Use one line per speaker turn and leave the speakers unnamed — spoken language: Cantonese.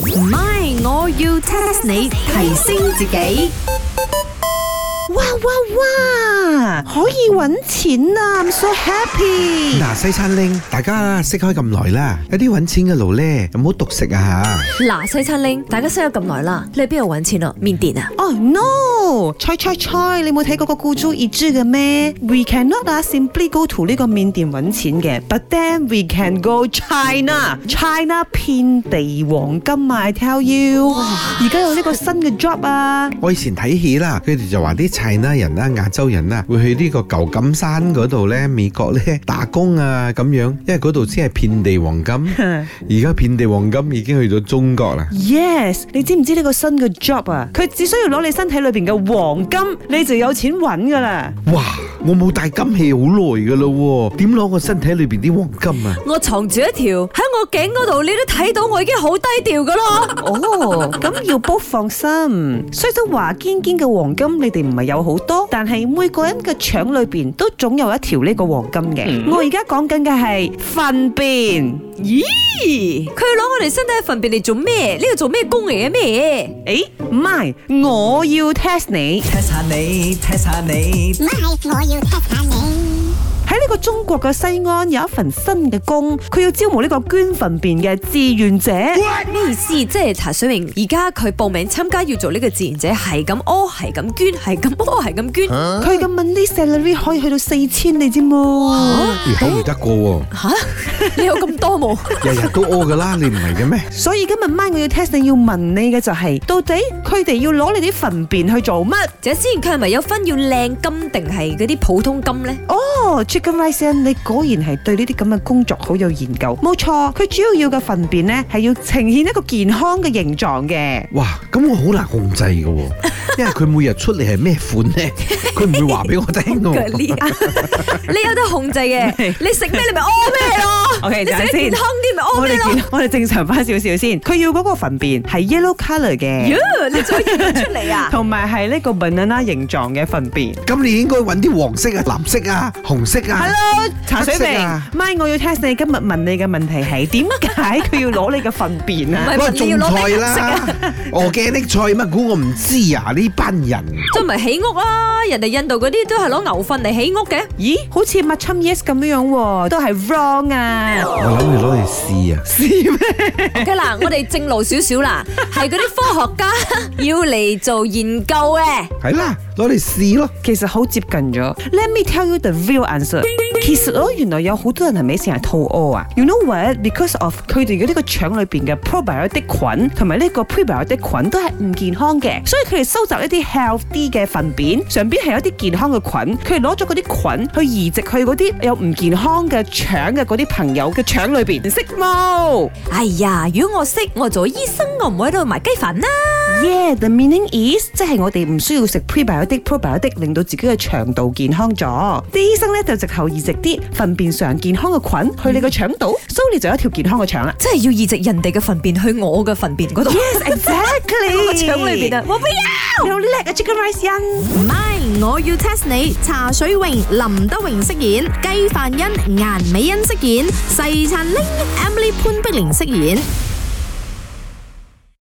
唔係，我要 test 你提升自己。
哇哇哇！可以揾錢啊！I'm so happy。
嗱，西餐拎，大家識開咁耐啦，有啲揾錢嘅路咧，唔好獨食啊
嗱，西餐拎，大家識咗咁耐啦，你喺邊度揾錢啊？緬甸啊？
哦、no！猜猜猜，你冇睇嗰個孤注一擲嘅咩？We cannot 啊，simply go to 呢個緬甸揾錢嘅，but then we can go China。China 遍地黃金啊！I tell you，而家有呢個新嘅 job 啊！
我以前睇戲啦，佢哋就話啲 China 人啦、亞洲人啦，會去呢個舊金山嗰度咧、美國咧 打工啊咁樣，因為嗰度先係遍地黃金。而家遍地黃金已經去咗中國啦。
Yes，你知唔知呢個新嘅 job 啊？佢只需要攞你身體裏邊嘅黃金，你就有錢揾噶啦。
哇！我冇帶金器好耐噶啦，點攞我身體裏邊啲黃金啊？
我藏住一條喺我頸嗰度，你都睇到我已經好低調噶啦。
哦，咁要煲放心。雖則話堅堅嘅黃金，你哋唔係有好多，但係每個人嘅腸裏邊都總有一條呢個黃金嘅。我而家講緊嘅係糞便。
咦，佢攞我哋身體嘅糞便嚟做咩？呢個做咩工嚟嘅咩？
誒，唔係，我要 test 你。
test 下你，test 下你
咪我要 test 下你。
喺呢個中國嘅西安有一份新嘅工，佢要招募呢個捐糞便嘅志願者。
咩意思？即係茶水明而家佢報名參加要做呢個志願者，係咁屙，係咁捐，係咁屙，係咁捐。
佢嘅 monthly salary 可以去到四千，你知冇？
咦，可唔得噶喎，
吓，你有咁多冇？
日日都屙噶啦，你唔係嘅咩？
所以今日晚我要 test 你要問你嘅就係、到底佢哋要攞你啲糞便去做乜？
就之前佢係咪有分要靚金定係嗰啲普通金呢？
哦，Chicken Rice，你果然係對呢啲咁嘅工作好有研究。冇錯，佢主要要嘅糞便呢係要呈現一個健康嘅形狀嘅。
哇！咁我好難控制嘅喎，因為佢每日出嚟係咩款咧，佢唔會話俾我 聽
腳
嘅。
裂， 你有得控制嘅，你食咩你咪屙咩咯。
OK，
你食
等
得
陣
健
先
康啲咪屙
我
咩
哋
咯。
見我哋正常翻少少先，佢要嗰個糞便係 yellow colour 嘅，
喲，你再演出嚟 啊！
同埋係呢個 banana 形狀嘅糞便。
咁你應該揾啲黃色啊、藍色啊、紅色啊。
Hello，茶水
黑
明
色啊
咪我要 test 你今日問你嘅問題係點解佢要攞你嘅糞便啊？
我
係你要
種
攞
菜
咩顏色
啦
啊，
我嘅啲菜乜估我唔知啊！呢班人
都唔係起屋啦，人哋印度嗰啲都係攞牛糞嚟起屋嘅。
咦，好似 m a c h yes 咁樣樣喎，都係 wrong 啊！
我諗你攞嚟試啊！
OK 啦，我哋正路少少啦，係嗰啲科學 家要嚟做研究嘅。
係啦，攞嚟試咯。
其實好接近咗。Let me tell you the real answer。其實哦，原來有好多人係咪成日肚屙啊？You know what? Because of 佢哋嘅呢個腸裏邊嘅 probiotic 菌同埋呢個 prebiotic 菌都係唔健康嘅，所以佢哋收集一啲 healthy 嘅糞便，上邊係有一啲健康嘅菌，佢哋攞咗嗰啲菌去移植去嗰啲有唔健康嘅腸嘅嗰啲朋友嘅腸裏邊，識冇？
哎呀，如果我識，我做醫生，我唔會喺度賣雞飯啦。
Yeah，the meaning is 即係我哋唔需要食 prebiotic、probiotic，令到自己嘅腸道健康咗。啲醫生咧就直頭移植啲糞便上健康嘅菌去你個腸度，所以你就有一條健康嘅腸啦。
真係要移植人哋嘅糞便去我嘅糞便嗰度， 我
Exactly，
腸裏邊啊！我不要。
你好叻啊，Chicken Rice 欣。
唔係，我要 test 你。茶水榮、林德榮飾演，雞范欣、顏美欣飾演，細陳玲、Emily 潘碧玲飾演。